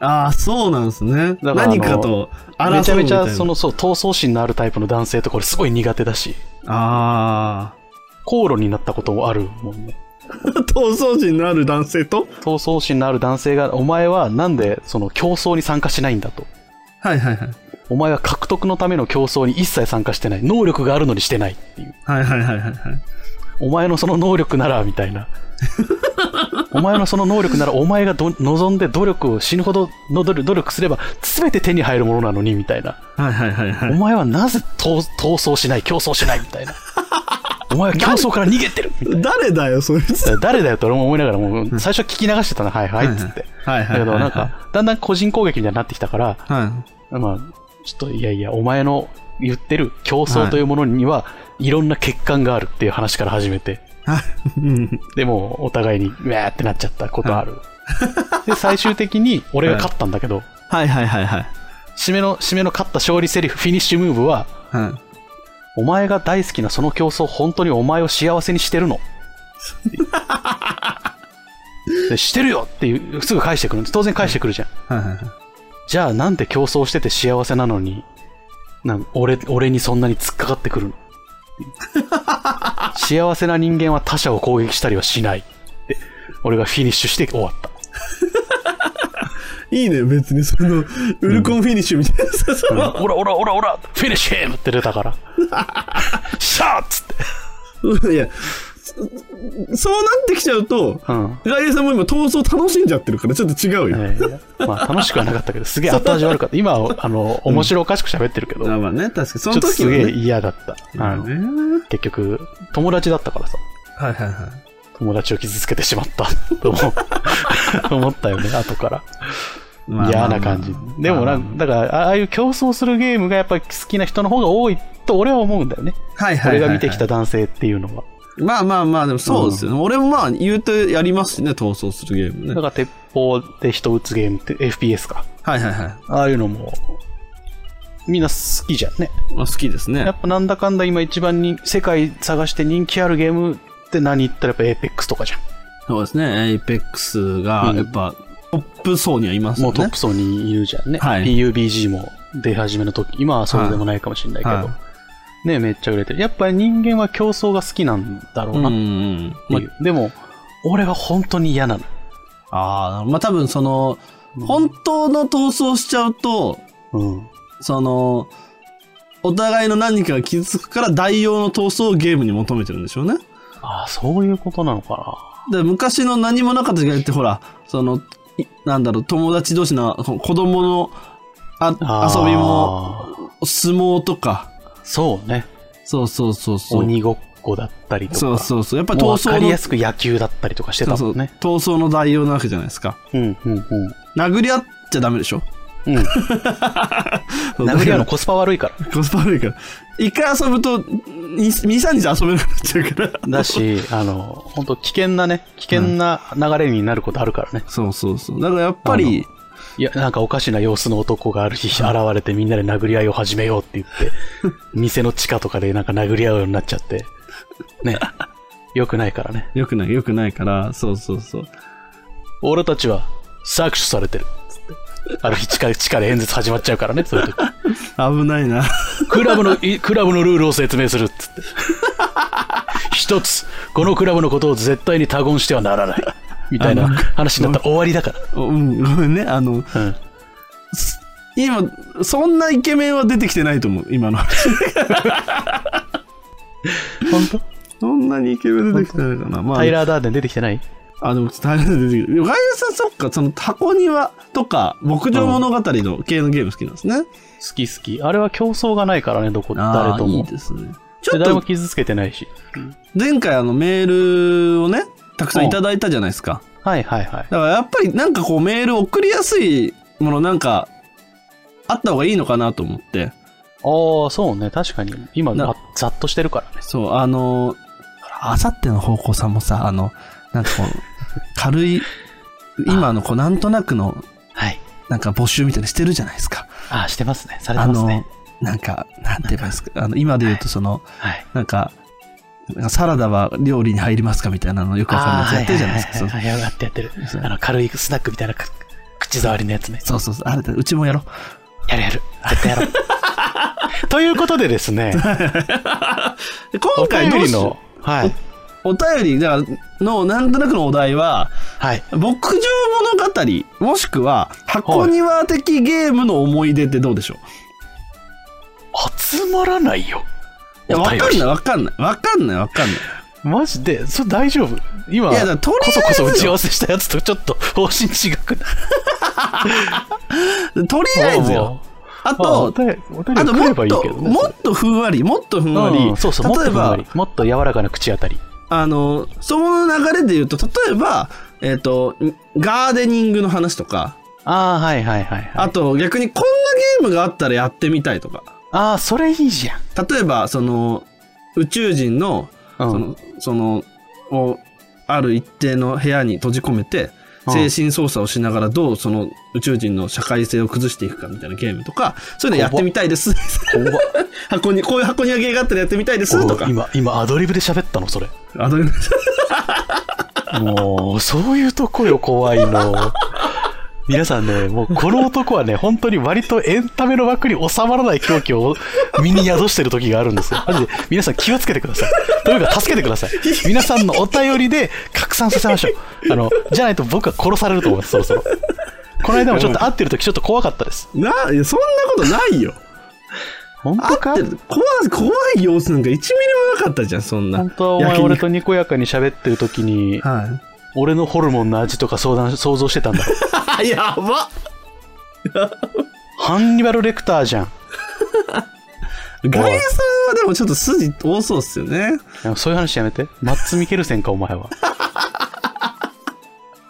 Speaker 2: ああ、そうなんですね。
Speaker 3: だからあの
Speaker 2: 何かと争うみたいな。
Speaker 3: めちゃめちゃ、その、そう、闘争心のあるタイプの男性とか、俺すごい苦手だし、
Speaker 2: あ
Speaker 3: 口論になったこともあるもんね。
Speaker 2: あ、闘争心のある男性と
Speaker 3: 闘争心のある男性が、お前はなんで、その、競争に参加しないんだと。
Speaker 2: はいはいはい。
Speaker 3: お前は獲得のための競争に一切参加してない。能力があるのにしてないっていう。
Speaker 2: はいはいはいはいはい。
Speaker 3: お前のその能力なら、みたいな。 お前のその能力なら、お前がど望んで努力を死ぬほどの努力努力すれば、全て手に入るものなのに、みたいな。
Speaker 2: はいはいはいは
Speaker 3: お
Speaker 2: い。
Speaker 3: 前はなぜ闘闘争しない、競争しない、みた いな。お前は競争から逃げてるみたいな。
Speaker 2: 誰だよ、そいつ。
Speaker 3: 誰だよと俺も思いながら、もう最初聞き流してたの、はいはいっつって。
Speaker 2: は
Speaker 3: だ
Speaker 2: いはいはいはい。
Speaker 3: けど、なんか、だんだん個人攻撃みたいになってきたから、
Speaker 2: は
Speaker 3: まあ、ちょっといやいや、お前の言ってる競争というものには、いろんな欠陥があるっていう話から始めて、
Speaker 2: い。うん。
Speaker 3: でも、お互いに、うわーってなっちゃったことあ る。で、最終的に、俺が勝ったんだけど、
Speaker 2: はいはいはいはい。
Speaker 3: 締めの、締めの勝った勝利セリフ、フィニッシュムーブは、
Speaker 2: はい。
Speaker 3: お前が大好きなその競争、本当にお前を幸せにして るの。でしてるよっていう、すぐ返してくるんです。当然返してくるじゃん。
Speaker 2: はいはいはい。
Speaker 3: じゃあなんで競争してて幸せなのに、なん俺、俺にそんなに突っかかってくるの 幸せな人間は他者を攻撃したりはしない。で俺がフィニッシュして終わった。
Speaker 2: いいね、別にその、ウルコンフィニッシュみたいなさ、その、
Speaker 3: オラオラオラオラフィニッシュって出たから。シャーっつって。
Speaker 2: いや、そそうなってきちゃうと、
Speaker 3: うん。
Speaker 2: ガイエさんも今、闘争楽しんじゃってるから、ちょっと違うよ。
Speaker 3: ええまあ楽しくはなかったけど、すげえ後味悪かった。今は、あの、面白おかしく喋ってるけど、
Speaker 2: あ
Speaker 3: ち
Speaker 2: まあね、確かに、そ
Speaker 3: ょ
Speaker 2: の
Speaker 3: っと
Speaker 2: 時
Speaker 3: す
Speaker 2: は、ね、
Speaker 3: げえ嫌だった。あの
Speaker 2: ね
Speaker 3: 結局、友達だったからさ、
Speaker 2: はいはいはい。
Speaker 3: 友達を傷つけてしまった、 と思う思ったよ ね、後から。
Speaker 2: まあ
Speaker 3: 嫌な感じ。でもな、だから、ああいう競争するゲームがやっぱ好きな人の方が多いと俺は思うんだよね。
Speaker 2: はいはいはい、
Speaker 3: 俺が見てきた。男性っていうのは。
Speaker 2: まあまあまあ、でもそうですよね。俺もまあ、言うとやりますしね、闘争するゲーム
Speaker 3: だ
Speaker 2: ね。
Speaker 3: から、鉄砲で人撃つゲームって、FPS か。
Speaker 2: はいはいはい。
Speaker 3: ああいうのも、みんな好きじゃんね。
Speaker 2: まあ、好きです
Speaker 3: や
Speaker 2: ね。
Speaker 3: っぱなんだかんだ今一番に世界探して人気あるゲームって何言ったらやっぱ APEX とかじゃん。
Speaker 2: そうですね。エイペックスが、やっぱ、トップ層にはいます
Speaker 3: も
Speaker 2: よ
Speaker 3: うト
Speaker 2: ね
Speaker 3: ップ。層にいるじゃんね。
Speaker 2: はい
Speaker 3: PUBG も出始めの時、今はそうでもないかもしれないけど。
Speaker 2: は
Speaker 3: ね、めっちゃ売れてる。やっぱり人間は競争が好きなんだろう
Speaker 2: うん
Speaker 3: な
Speaker 2: う
Speaker 3: っ
Speaker 2: ん。
Speaker 3: ていう。でも、俺は本当に嫌なの。
Speaker 2: ああ、まあ多分その、本当の闘争しちゃうと、
Speaker 3: うん。
Speaker 2: その、お互いの何かが傷つくから代用の闘争をゲームに求めてるんでしょうね。
Speaker 3: ああ、そういうことなのか
Speaker 2: で昔の何もなかった時代ってほら、その、いなんだろう、友達同士のこ子供のあ
Speaker 3: な。
Speaker 2: 遊びも、相撲とか、
Speaker 3: そうね。
Speaker 2: そうそうそうそう。
Speaker 3: 鬼ごっこだったりとか。
Speaker 2: そうそうそう。やっぱり
Speaker 3: もう
Speaker 2: 闘
Speaker 3: 分
Speaker 2: 争
Speaker 3: かり
Speaker 2: の
Speaker 3: や、すく野球だったりとかしてた
Speaker 2: そ
Speaker 3: も
Speaker 2: うんそう
Speaker 3: ね。
Speaker 2: 闘争の代用なわけじゃないですか。
Speaker 3: うん、うん、うん。
Speaker 2: 殴り合っちゃダメでしょ
Speaker 3: うん。 殴り合うのコスパ悪いから。
Speaker 2: コスパ悪いから。一回遊ぶと、2、3日遊べなくなっちゃうから。
Speaker 3: だし、 あの、本当危険なね、危険な流れになることあるからね。
Speaker 2: そうそうそう。だからやっぱり、
Speaker 3: いや、なんかおかしな様子の男がある日現れてみんなで殴り合いを始めようって言って、 店の地下とかでなんか殴り合うようになっちゃって、ね。良くないからね。
Speaker 2: 良くない、良くないから、そうそうそう。
Speaker 3: 俺たちは搾取されてる。つってある日地下で、地下で演説始まっちゃうからね、そういう時。
Speaker 2: 危ない な。
Speaker 3: クラブの、いクラブのルールを説明するっつって。一つ、このクラブのことを絶対に他言してはならない。みたいな
Speaker 2: あの
Speaker 3: 話になったら終わりだから。
Speaker 2: おうん、ごめんね。あの、
Speaker 3: うん
Speaker 2: 今、そんなイケメンは出てきてないと思う、今の。
Speaker 3: 本当
Speaker 2: そんなにイケメン出てきてないかな。まあ、
Speaker 3: タイラー・ダーデン出てきてない
Speaker 2: あ、でも、タイラー出てきてる。ガイアさん、そっか、その、箱庭とか、牧場物語の系のゲーム好きなんですね。
Speaker 3: 好き好き。あれは競争がないからね、どこ、
Speaker 2: あー
Speaker 3: 誰と
Speaker 2: いい
Speaker 3: も。
Speaker 2: ですね。ち
Speaker 3: で
Speaker 2: ょっ
Speaker 3: 誰も
Speaker 2: と、
Speaker 3: 傷つけてないし。
Speaker 2: 前回あの、メールをね、たくさんいただいたじゃないですか。
Speaker 3: はいはいはい。
Speaker 2: だからやっぱりなんかこうメール送りやすいものなんかあった方がいいのかなと思って。
Speaker 3: ああ、そうね。確かに。今、
Speaker 2: な
Speaker 3: ざざっとしてるからね。
Speaker 2: そう、あの、あさっての方向さんもさ、あの、なんか こう、軽い、今のこう、なんとなくの、
Speaker 3: はい。
Speaker 2: なんか募集みたいなのしてるじゃないですか。
Speaker 3: ああ、してますね。されて
Speaker 2: あ
Speaker 3: ます
Speaker 2: の
Speaker 3: ね。、
Speaker 2: なんか、なんて言えばいいんですか、あの、今で言うとその、
Speaker 3: はい。
Speaker 2: なんか、なんかサラダは料理に入りますかみたいなのよくわかるやつやってるじゃないですか。そ
Speaker 3: あー
Speaker 2: う
Speaker 3: はいはいはいはいやってやってる
Speaker 2: そう。
Speaker 3: あの、軽いスナックみたいなく口触りのやつね。
Speaker 2: そうそうそう。あれだ、うちもやろう。
Speaker 3: やる やる。絶対やろう。ということでです ね、
Speaker 2: で
Speaker 3: お
Speaker 2: 今回
Speaker 3: 便
Speaker 2: どう
Speaker 3: り
Speaker 2: し
Speaker 3: の、はい。
Speaker 2: お便りだからのなんとなくのお題は
Speaker 3: はい。
Speaker 2: 牧場物語もしくは箱庭的ゲームの思い出ってどうでしょう、
Speaker 3: 集まらないよ。
Speaker 2: いや、
Speaker 3: お
Speaker 2: わ
Speaker 3: 便り
Speaker 2: かんない、わかんない、わかんない、わかんない。
Speaker 3: マジで、それ大丈夫今、
Speaker 2: いやだからとりあえ
Speaker 3: こ
Speaker 2: ず
Speaker 3: そこそ打ち合わせしたやつとちょっと方針違くない
Speaker 2: とりあえずよ。あ
Speaker 3: まあお
Speaker 2: と、
Speaker 3: 便りお便り
Speaker 2: あと
Speaker 3: 来
Speaker 2: も
Speaker 3: れ
Speaker 2: っ
Speaker 3: ばいいけ
Speaker 2: と、
Speaker 3: どね。
Speaker 2: もっとふんわり、もっとふん
Speaker 3: う
Speaker 2: わ
Speaker 3: ん
Speaker 2: り。
Speaker 3: そうそう、もっと
Speaker 2: 例え
Speaker 3: ふんわ
Speaker 2: ば
Speaker 3: り、もっと柔らかな口当たり。
Speaker 2: あの、その流れで言うと、例えば、えっ、と、ガーデニングの話とか、
Speaker 3: ああ、はいはいはい、はい。
Speaker 2: あと逆にこんなゲームがあったらやってみたいとか。
Speaker 3: ああ、それいいじゃん。
Speaker 2: 例えばその宇宙人の,、
Speaker 3: うん
Speaker 2: そのそのをある一定の部屋に閉じ込めて
Speaker 3: うん
Speaker 2: 精神操作をしながらどうその宇宙人の社会性を崩していくかみたいなゲームとかそういうのやってみたいです 箱にこういう箱庭芸があったらやってみたいですとか
Speaker 3: お今、今、アドリブで喋ったの、それ。
Speaker 2: アドリブ
Speaker 3: もう、そういうとこよ、怖いの。 皆さんね、もうこの男はね、本当に割とエンタメの枠に収まらない狂気を身に宿してる時があるんですよ。マジで、皆さん気をつけてください。というか、助けてください。皆さんのお便りで拡散させましょう。あの、じゃないと僕は殺されると思います、そろそろ。この間もちょっと会ってる時ちょっと怖かったです。
Speaker 2: ないやそんなことないよ
Speaker 3: 本
Speaker 2: あ
Speaker 3: 当か
Speaker 2: ってる怖い怖い様子なんか1ミリもなかったじゃんそんな
Speaker 3: 本当はお前
Speaker 2: 焼肉
Speaker 3: 俺とにこやかに喋ってる時に、
Speaker 2: は
Speaker 3: 俺のホルモンの味とか相談、想像してたんだ ろ。
Speaker 2: いやば
Speaker 3: ハンニバルレクターじゃん。
Speaker 2: ガイさんはでもちょっと筋多そうっすよね
Speaker 3: でもそういう話やめて。マッツ・ミケルセンか、お前は。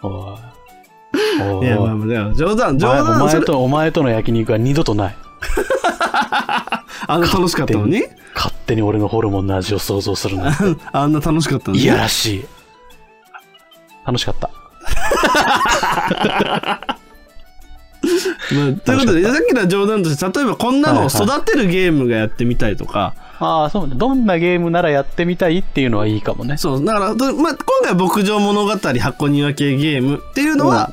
Speaker 3: おい。お
Speaker 2: い
Speaker 3: い。
Speaker 2: やまあまあでも冗談
Speaker 3: お
Speaker 2: 冗
Speaker 3: 前お
Speaker 2: 談そ
Speaker 3: 前
Speaker 2: れ
Speaker 3: と、お前との焼肉は二度とない。
Speaker 2: あんな楽しかったのに
Speaker 3: 勝手に俺のホルモンの味を想像するな。
Speaker 2: あんな楽しかったのに
Speaker 3: いやらしい。楽しかった。
Speaker 2: まあということでさっきのは冗談として例えばこんなのを育てるゲームがやってみたいとか、
Speaker 3: ああ、そうね。どんなゲームならやってみたいっていうのはいいかもね。
Speaker 2: そうだから、とまあ、今回は牧場物語箱庭系ゲームっていうのは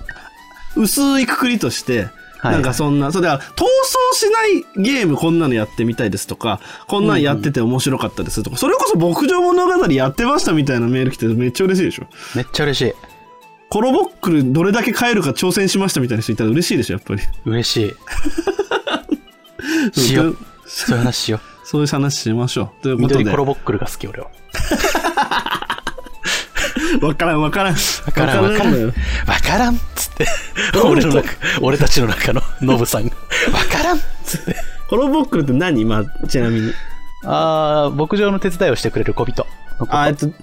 Speaker 2: 薄いくくりとして、
Speaker 3: はい
Speaker 2: なんかそんなそうだから逃走しないゲームこんなのやってみたいですとかこんなんやってて面白かったですとか、それこそ牧場物語やってましたみたいなメール来てめっちゃ嬉しいでしょ
Speaker 3: めっちゃ嬉しい。
Speaker 2: コロボックルどれだけ買えるか挑戦しましたみたいな人いたら嬉しいでしょやっぱり
Speaker 3: 嬉 しい。しよう。そういう話 しよ
Speaker 2: そういう話しましょう。という
Speaker 3: う。
Speaker 2: こと
Speaker 3: 緑
Speaker 2: で
Speaker 3: コ。ロボックルが好き、俺は。
Speaker 2: わからんわからん。わ
Speaker 3: わからんわからん。わからんっつって。俺の中、俺たちの中のノブさんが。わからんっつって。
Speaker 2: コロボックルって何まあ、ちなみに。
Speaker 3: ああ、牧場の手伝いをしてくれる小人。
Speaker 2: あ、えっと、チ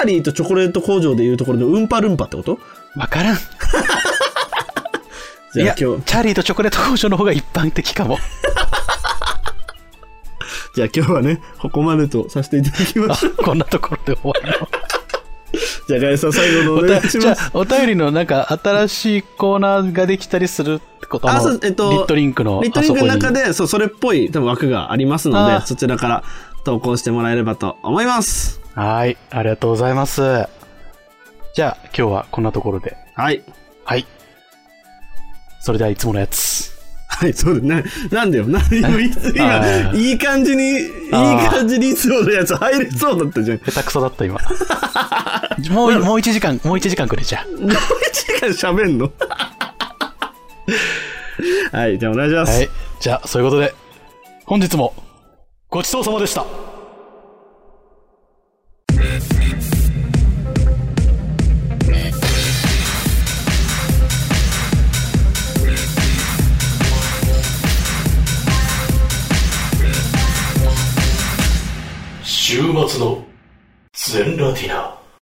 Speaker 2: ャーリーとチョコレート工場でいうところのうんぱるんぱってこと
Speaker 3: わからん。い
Speaker 2: じゃ
Speaker 3: や、
Speaker 2: あ
Speaker 3: チ
Speaker 2: 今日
Speaker 3: ャ、ーリーとチョコレート工場の方が一般的かも。
Speaker 2: じゃあ今日はね、ここまでとさせていただきま
Speaker 3: あ
Speaker 2: しょう。
Speaker 3: こんなところで終わるの。
Speaker 2: じゃあガイさん最後のお
Speaker 3: お
Speaker 2: 願
Speaker 3: た
Speaker 2: いし
Speaker 3: じゃあ
Speaker 2: ます。、
Speaker 3: お便りのなんか新しいコーナーができたりするってことあの
Speaker 2: そう
Speaker 3: リットリンクの
Speaker 2: リット
Speaker 3: あ
Speaker 2: リン
Speaker 3: そ
Speaker 2: ク
Speaker 3: こ
Speaker 2: の
Speaker 3: に。
Speaker 2: 中で、そう、それっぽい多分枠がありますの
Speaker 3: あ
Speaker 2: で、
Speaker 3: ー
Speaker 2: そちらから投稿してもらえればと思います。
Speaker 3: はい、ありがとうございます。じゃあ、今日はこんなところで。
Speaker 2: はい。
Speaker 3: はい。それではいつものやつ。
Speaker 2: はい、そうだね。なんだよ。なんで今、
Speaker 3: あ
Speaker 2: 今
Speaker 3: ー
Speaker 2: いい感じに、いい
Speaker 3: あー
Speaker 2: 感じにいつものやつ入れそうだったじゃん。
Speaker 3: 下手くそだった今 もうもう1時間もう1時間くれじゃ
Speaker 2: もう一時間喋んの はい、じゃあお願いしま
Speaker 3: あ
Speaker 2: す。
Speaker 3: はいじゃあそういうことで本日もごちそうさまでした
Speaker 1: 週末の全ラティナ